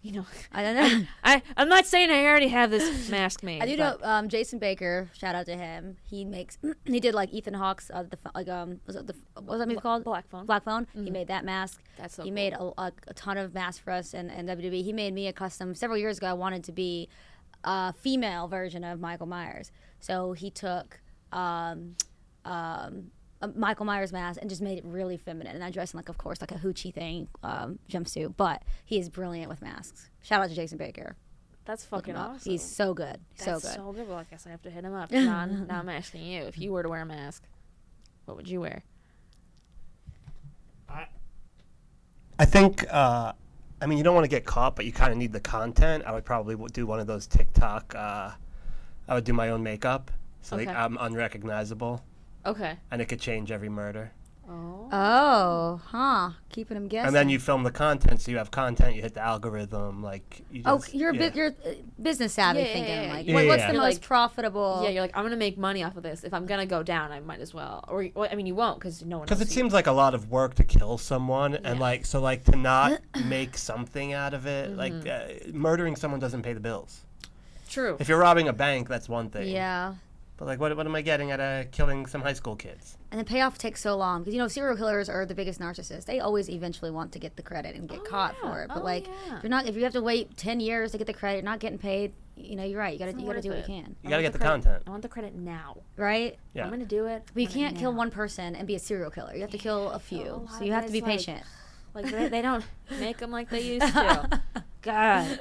You know, I don't know. I I'm not saying I already have this mask made. I do know but um, Jason Baker. Shout out to him. He makes. he did like Ethan Hawke's. Uh, the ph- like um. Was it the ph- what was that movie called? Black Phone. Black Phone. He made that mask. Mm-hmm. That's so he cool. made a, a, a ton of masks for us and, and WWE. He made me a custom several years ago. I wanted to be a female version of Michael Myers, so he took um, um, a Michael Myers mask and just made it really feminine. And I dressed in like, of course, like a hoochie thing um, jumpsuit. But he is brilliant with masks. Shout out to Jason Baker. That's Look him fucking up. awesome. He's so good, so That's good. So good. Well, I guess I have to hit him up, John. now I'm asking you: if you were to wear a mask, what would you wear? I think, uh, I mean, you don't want to get caught, but you kind of need the content. I would probably w- do one of those TikTok. Uh, I would do my own makeup, so like Okay. I'm unrecognizable, Okay. and it could change every murder. Oh. Oh, huh? Keeping him guessing. And then you film the content, so you have content. You hit the algorithm, like you Oh, just, you're a yeah. bit, you're uh, business savvy Yeah, yeah, thinking. yeah, Like, yeah. what, Yeah, what's yeah. the You're most like- profitable? Yeah, you're like, I'm gonna make money off of this. If I'm gonna go down, I might as well. Or well, I mean, you won't because no one. Because will it see seems like a lot of work to kill someone, and Yeah. like so, like to not make something out of it. Like Mm-hmm. uh, murdering someone doesn't pay the bills. True. If you're robbing a bank, that's one thing. yeah. But like, what, what am I getting out of killing some high school kids? And the payoff takes so long because you know serial killers are the biggest narcissists. They always eventually want to get the credit and get caught yeah. for it. But Oh, like, yeah. if you're not if you have to wait ten years to get the credit, you're not getting paid. You know, you're right. You gotta not you gotta worth do what it. you can, You I gotta want get the credit- content. I want the credit now. right? Yeah. I'm gonna do it. But you I want it can't kill now. one person and be a serial killer. You have to kill a few, lot so of you have it to be is, like, patient. Like they, they don't make them like they used to. God,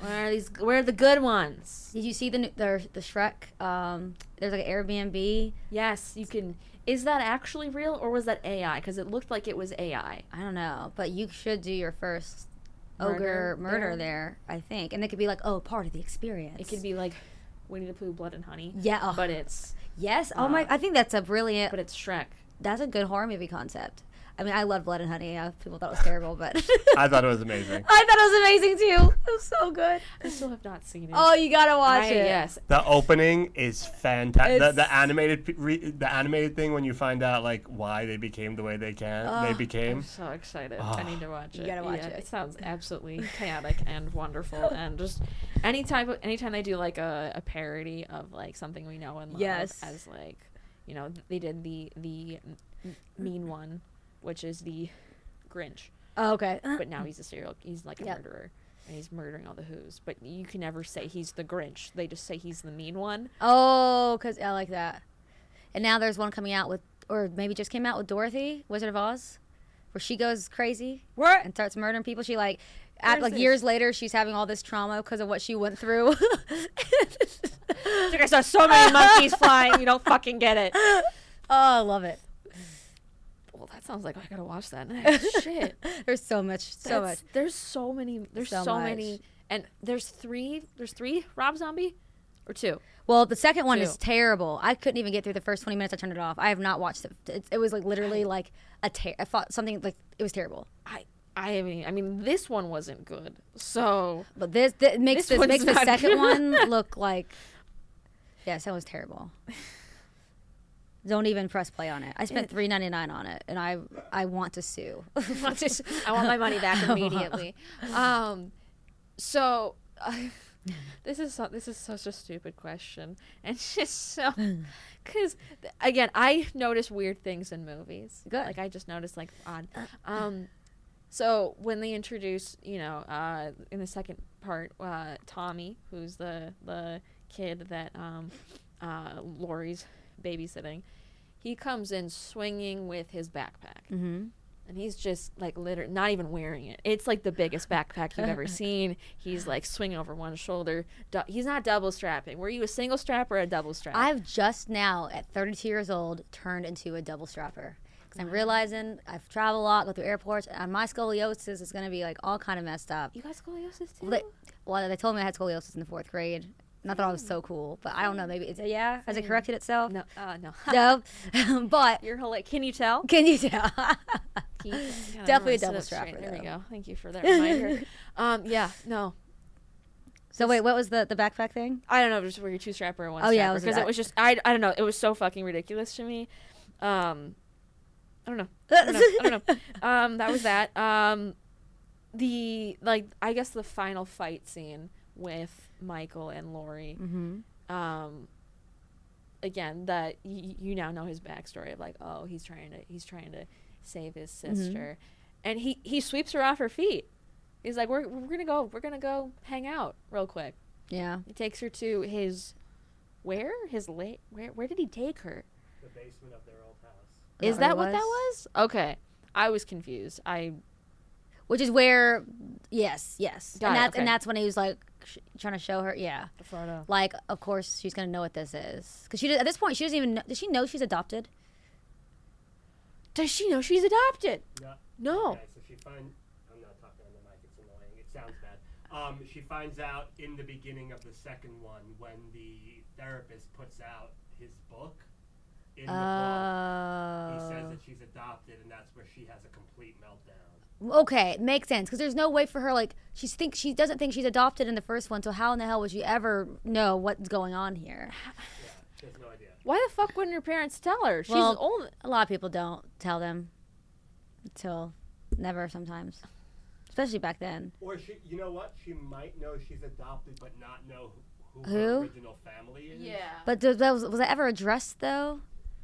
where are these? Where are the good ones? Did you see the new- the the Shrek? Um, there's like an Airbnb. Yes, you can. Is that actually real or was that AI? Because it looked like it was AI. I don't know, but you should do your first ogre Murder murder there? there. I think, and it could be like, oh, part of the experience. It could be like Winnie the Pooh, Blood and Honey. yeah, oh, But it's yes. Oh my, uh, I think that's a brilliant. but it's Shrek. That's a good horror movie concept. I mean, I love Blood and Honey. Uh, people thought it was terrible, but I thought it was amazing. I thought it was amazing too. It was so good. I still have not seen it. Oh, you gotta watch I- it. Yes, The opening is fantastic. The, It's- the animated, p- re- the animated thing when you find out like why they became the way they can, they became. Ah, I'm so excited. I need to watch it. You gotta watch it. It sounds absolutely chaotic and wonderful and just any type of anytime they do like a, a parody of like something we know and love Yes. as like you know, they did the the mean one, which is the Grinch. Oh, okay. But now he's a serial. He's like a Yep. murderer, and he's murdering all the Who's. But you can never say he's the Grinch. They just say he's the mean one. Oh, because I like that. And now there's one coming out with, or maybe just came out with Dorothy, Wizard of Oz, where she goes crazy What? and starts murdering people. She like, is at, like this? years later, she's having all this trauma because of what she went through. Like I saw so many monkeys flying. You don't fucking get it. Oh, I love it. Well, that sounds like I gotta watch that next. Shit. There's so much, so much. That's- There's so many. There's so, So many. much. And there's three. There's three Rob Zombie, or two. Well, the second one is Two. terrible. I couldn't even get through the first 20 minutes. I turned it off. I have not watched it. It, it was like literally like a ter- I thought something like it was terrible. I I mean I mean this one wasn't good. So But this, th makes This this, one's makes the not second good. one look like yes, that was terrible. Don't even press play on it. I spent three ninety nine on it, and I I want to sue. I want my money back immediately. um, so uh, this is so, this is such a stupid question, and it's just so because again I notice weird things in movies. Good. Like I just notice like odd. Um, so when they introduce you know uh, in the second part uh, Tommy who's the the kid that um, uh, Lori's babysitting, he comes in swinging with his backpack hmm and he's just like literally not even wearing it. It's like the biggest backpack you've ever seen. He's like swinging over one shoulder. Du- he's not double strapping. Were you a single strap or a double strap? I've just now at thirty two years old turned into a double strapper because I'm realizing I've traveled a lot, go through airports, and my scoliosis is going to be like all kind of messed up. you got scoliosis too. Well, they, well, they told me I had scoliosis in the fourth grade. Not that I was so cool, but I don't know. Maybe it's yeah. Has it corrected itself? no, uh, no. No, but You're hilarious. Can you tell? Can you tell? Can you- God, Definitely a I'm double gonna sit up straight. strapper, There we though. go. Thank you for that reminder. um, yeah, no, so wait, what was the the backpack thing? I don't know. if it was were you two strapper or one? Oh, yeah, it was because it that. was just I. I don't know. It was so fucking ridiculous to me. Um, I don't know. I don't know. I don't know. Um, that was that. Um, the like I guess the final fight scene with Michael and Lori. Mm-hmm. Um, again, that y- you now know his backstory of like, oh, he's trying to he's trying to save his sister, and he he sweeps her off her feet. He's like, we're we're gonna go we're gonna go hang out real quick. Yeah. He takes her to his where? His late where where did he take her? The basement of their old house. Is Is that that what what it that was? Okay. I was confused. I Which is where, yes, yes, Got it, and that's okay. and that's when he was like sh- trying to show her, yeah, Frodo. like of course she's gonna know what this is because she does- at this point she doesn't even know, does she know she's adopted? Does she know she's adopted? Yeah. Oh. No. Okay, so she find I'm not talking on the mic, it's annoying. It sounds bad. Um, she finds out in the beginning of the second one when the therapist puts out his book. In the Uh, book, he says Oh, that she's adopted, and that's where she has a complete meltdown. okay, makes sense because there's no way for her like she thinks she doesn't think she's adopted in the first one, so how in the hell would she ever know what's going on here? Yeah, she has no idea. Why the fuck wouldn't her parents tell her? She's Well- old. A lot of people don't tell them until never sometimes, especially back then. Or she, you know what? She might know she's adopted, but not know who, who, Who? her original family is. But th- that was, was that ever addressed though?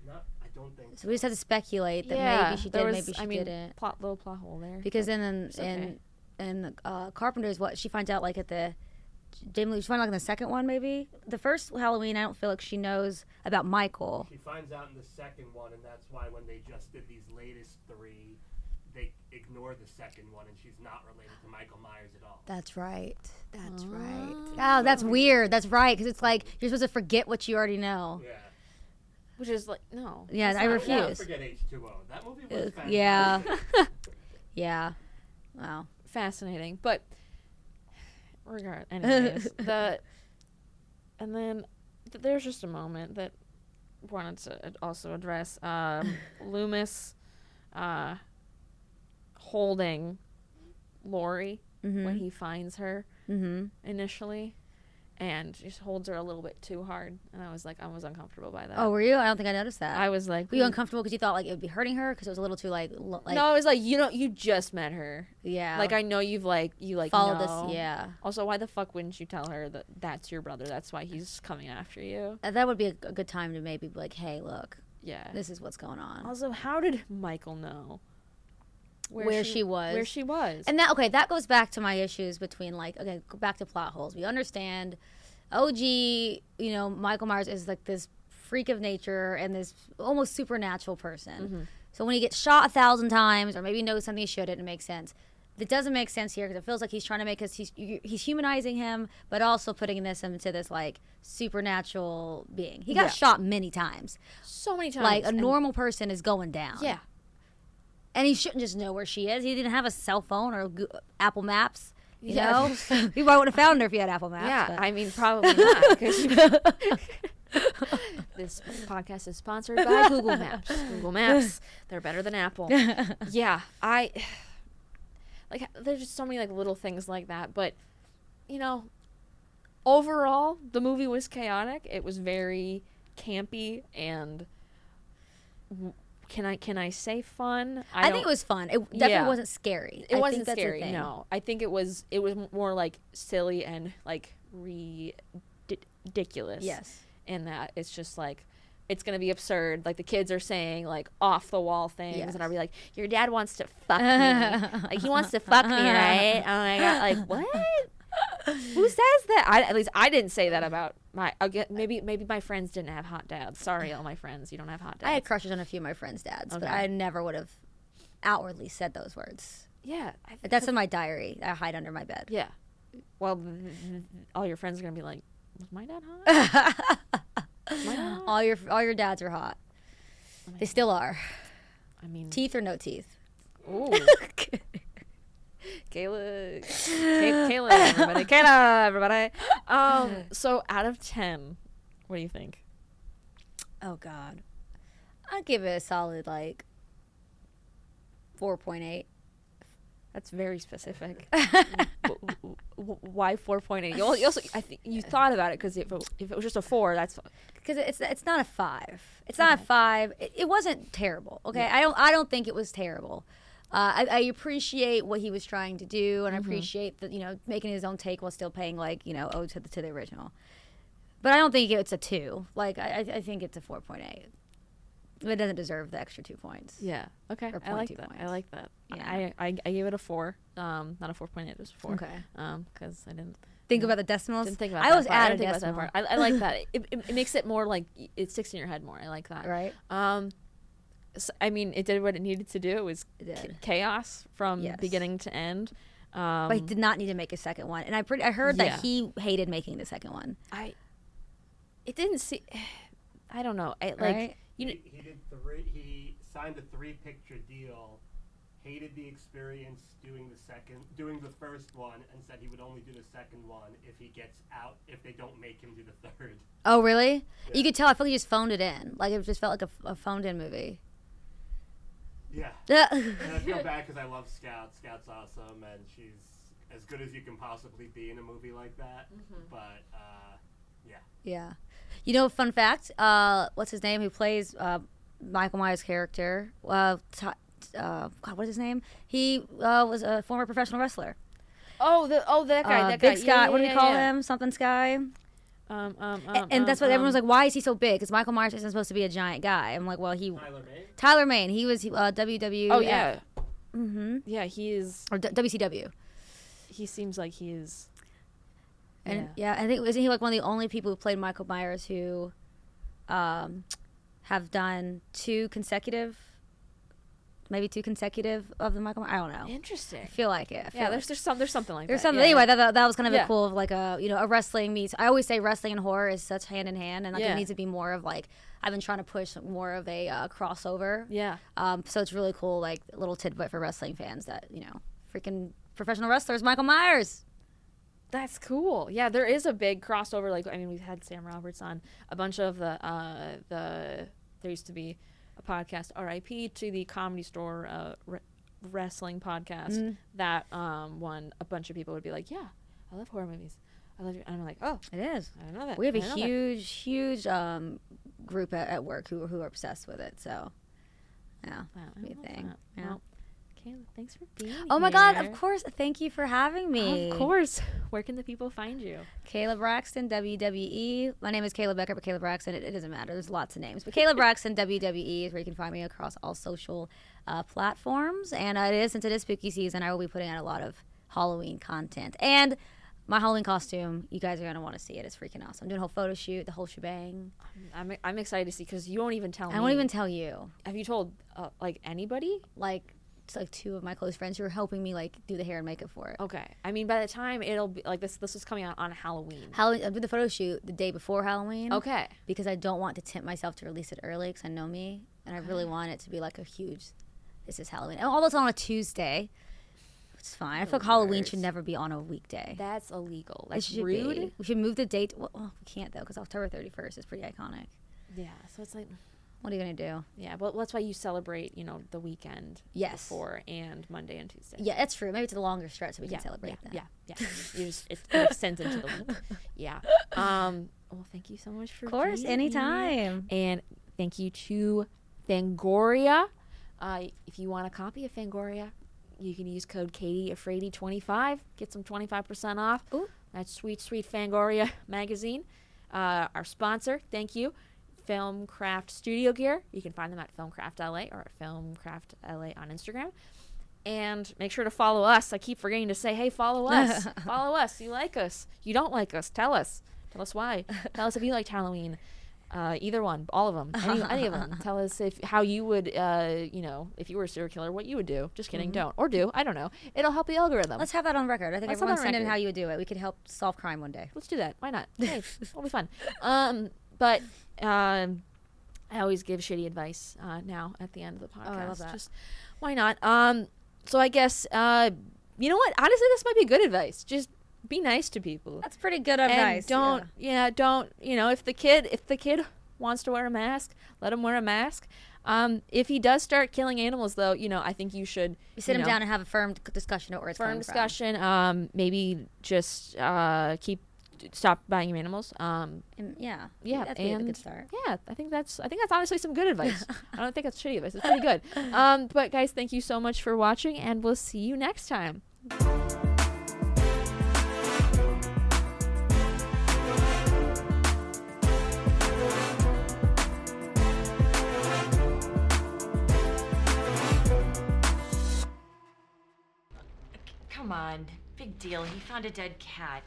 Not, I don't think. So we just had to speculate that maybe she did, there maybe she I mean, didn't. Plot little plot hole there. Because then in it's okay. in, in uh, Carpenter's, what she finds out like at the Jamie Lee, she finds out like in the second one maybe the first Halloween. I don't feel like she knows about Michael. She finds out in the second one, and that's why when they just did these latest three, they ignored the second one, and she's not related to Michael Myers at all. That's right. That's right. Oh, that's weird. That's right because it's like you're supposed to forget what you already know. Yeah. which is like no. Yeah, I Let's not refuse. Forget H2O. That movie was Uh, fantastic. yeah. Yeah. Wow. Fascinating, but regard anyways the and then th- there's just a moment that wanted to ad- also address um, Loomis uh, holding Lori when he finds her Mm-hmm. initially, and just holds her a little bit too hard. And I was like, I was uncomfortable by that. Oh, were you? I don't think I noticed that. I was like, were you "Mm." uncomfortable because you thought like it would be hurting her because it was a little too like, lo- like no, I was like, you know, you just met her. yeah, Like I know you've like you like followed know. this. Yeah, Also, why the fuck wouldn't you tell her that that's your brother? That's why he's coming after you. Uh, that would be a, a good time to maybe be like, hey, look, Yeah. This is what's going on. Also, how did Michael know Where she was. Where she was. And that okay, that goes back to my issues between like okay, go back to plot holes. We understand OG, you know, Michael Myers is like this freak of nature and this almost supernatural person. Mm-hmm. So when he gets shot a thousand times or maybe knows something he shouldn't, it makes sense. It doesn't make sense here because it feels like he's trying to make us he's you- he's humanizing him, but also putting this into this like supernatural being. He got Yeah. shot many times. so many times. Like a and- normal person is going down. Yeah. And he shouldn't just know where she is. He didn't have a cell phone or Goo- Apple Maps. You Yeah. know, he probably would have found her if he had Apple Maps. Yeah, but- I mean, probably not. 'cause you- this podcast is sponsored by Google Maps. Google Maps, they're better than Apple. yeah, I like. There's just so many like little things like that, but you know, overall, the movie was chaotic. It was very campy and. w- Can I can I say fun? I, don't- think it was fun. It definitely Yeah. wasn't scary. I it think wasn't that's the scary. thing. No, I think it was. It was m- more like silly and like re- di- ridiculous. Yes. In that it's just like it's gonna be absurd. Like the kids are saying like off the wall things, Yes. and I'll be like, "Your dad wants to fuck me. like he wants to fuck me, right?" Oh my god! Like what? Who says that? I, at least I didn't say that about my. I'll get, maybe maybe my friends didn't have hot dads. Sorry, all my friends, you don't have hot dads. I had crushes on a few of my friends' dads, but Okay. I never would have outwardly said those words. yeah, I think That's in my diary. I hide under my bed. Yeah. Well, th- th- all your friends are gonna be like, "Was my dad hot?" Was my dad hot?" All your all your dads are hot. They still are. I mean, Teeth or no teeth. ooh, Kayla, Kay- Kayla, everybody, Kayla, everybody. Um, so out of ten, what do you think? oh God, I'd give it a solid like four point eight. That's very specific. W- w- w- Why four point eight? You al- you also, I think you thought about it because if it, if it was just a four, that's because it's it's not a five. It's not a five. It, it wasn't terrible. Okay, I don't I don't think it was terrible. Uh, I, I appreciate what he was trying to do, and I Mm-hmm. appreciate that you know making his own take while still paying like you know owed to the to the original. But I don't think it's a two. Like I, I I think it's a four point eight. It doesn't deserve the extra two points. yeah. Okay, Or I like 0.2 that. I points. like that. Yeah. I, I I gave it a four. Um, not a four point eight. It was a four. Okay. Um, because I didn't Think about the decimals. Didn't think about I that always part. I add a didn't think decimal. about that part. I, I like that. It, it, it makes it more like it sticks in your head more. I like that. Right. Um, s I I mean, it did what it needed to do. It was It ca- did. chaos from Yes. beginning to end. Um, But he did not need to make a second one, and I pretty I heard Yeah. that he hated making the second one. I, it didn't see. I don't know. I like Right. you. kn- He, he did three. He signed a three-picture deal. Hated the experience doing the second, doing the first one, and said he would only do the second one if he gets out. If they don't make him do the third. Oh, really? Yeah. You could tell. I feel like he just phoned it in. Like it just felt like a, a phoned-in movie. Yeah. And I feel bad because I love Scout. Scout's awesome, and she's as good as you can possibly be in a movie like that. But uh, yeah, yeah. You know, fun fact. Uh, what's his name? Who plays uh, Michael Myers' character? Uh, Ti- uh, God, what's his name? He uh, was a former professional wrestler. Oh, the oh that guy. Uh, that guy. Big Sky. what do you you call him? Something Sky. Um, um, um, A- and that's um, what everyone's um, like. Why is he so big? Because Michael Myers isn't supposed to be a giant guy. I'm like, well, he Tyler May. Tyler Maine. He was uh, WWF Oh yeah. Mhm. Yeah, he is. or D- WCW. He seems like he is. And yeah. I think isn't he like one of the only people who played Michael Myers who um, have done two consecutive, maybe two consecutive of the Michael. My- I don't know. Interesting. I feel like it. I feel Yeah, like- there's there's some there's something like There's that. something Yeah, anyway. That, that that was kind of Yeah. a cool, like a you know a wrestling meets. I always say wrestling and horror is such hand in hand, and like Yeah. it needs to be more of like I've been trying to push more of a uh, crossover. Yeah. Um, so it's really cool, like little tidbit for wrestling fans that you know, freaking professional wrestlers Michael Myers. That's cool. Yeah, there is a big crossover. Like, I mean, we've had Sam Roberts on a bunch of the uh, the. There used to be a podcast, R.I.P. to the Comedy Store uh, re- wrestling podcast. Mm. That um, one, a bunch of people would be like, "Yeah, I love horror movies. I love." Your, and I'm like, "Oh, It is. I don't know that." We have I a didn't know that." huge, huge um, group at, at work who who are obsessed with it. So, yeah, Wow, I we love thing. that. Yeah. Well, Kayla, thanks for being here. Oh my God, of course. Thank you for having me. Of course. Where can the people find you? Kayla Braxton, WWE. E. My name is Kayla Becker, but Kayla Braxton, it, it doesn't matter. There's lots of names. But Kayla Braxton, WWE, E is where you can find me across all social uh, platforms. And uh, it is, since it is spooky season, I will be putting out a lot of Halloween content. And my Halloween costume, you guys are going to want to see it. It's freaking awesome. I'm doing a whole photo shoot, the whole shebang. I'm, I'm excited to see because you won't even tell me. I won't even tell you. Have you told uh, like anybody? Like, it's like two of my close friends who are helping me like do the hair and makeup for it. Okay. I mean, by the time it'll be like this, this was coming out on Halloween. Halloween, I did the photo shoot the day before Halloween. Okay. Because I don't want to tempt myself to release it early because I know me and I really want it to be like a huge, this is Halloween. And although it's on a Tuesday, it's fine. I feel like Halloween should never be on a weekday. That's illegal. It That's should rude. be. We should move the date. Well, well, we can't though because October 31st is pretty iconic. Yeah. So it's like, What are you gonna do? yeah. Well, that's why you celebrate, you know, the weekend Yes. before and Monday and Tuesday. Yeah, that's true. Maybe it's a longer stretch so we can celebrate yeah, that. Yeah, yeah. you just it kind of sends into the week. Yeah. Um. Well, thank you so much for Of course, being here. anytime. And thank you to Fangoria. Uh, if you want a copy of Fangoria, you can use code Katie Afraidy twenty five. Get some twenty five percent off. Ooh. That's sweet, sweet Fangoria magazine. Uh, our sponsor. Thank you. Filmcraft Studio Gear. You can find them at Filmcraft LA or at Filmcraft LA on Instagram. And make sure to follow us. I keep forgetting to say, hey, follow us. follow us. You like us. You don't like us. Tell us. Tell us why. Tell us if you liked Halloween. Uh, either one, all of them, any, any of them. Tell us if how you would, uh, you know, if you were a serial killer, what you would do. Just kidding, don't or do. I don't know. It'll help the algorithm. Mm-hmm. Let's have that on record. I think Let's have everyone that on send in record. how you would do it. We could help solve crime one day. let's do that. Why not? Hey, it'll be fun. Um, but um, I always give shitty advice uh, now at the end of the podcast. Oh, I love that. Just why not? Um, so I guess uh, you know what? Honestly, this might be good advice. Just be nice to people That's pretty good of and nice. don't yeah. don't you know if the kid if the kid wants to wear a mask let him wear a mask um, if he does start killing animals though you know i think you should You sit you them know, down and have a firm c- discussion of where it's firm coming from. discussion um, maybe just uh, keep stop buying him animals um, And- yeah. yeah That's and a good start. yeah i think that's i think that's honestly some good advice i don't think that's shitty advice it's pretty good um, but guys thank you so much for watching and we'll see you next time Come on, big deal. He found a dead cat.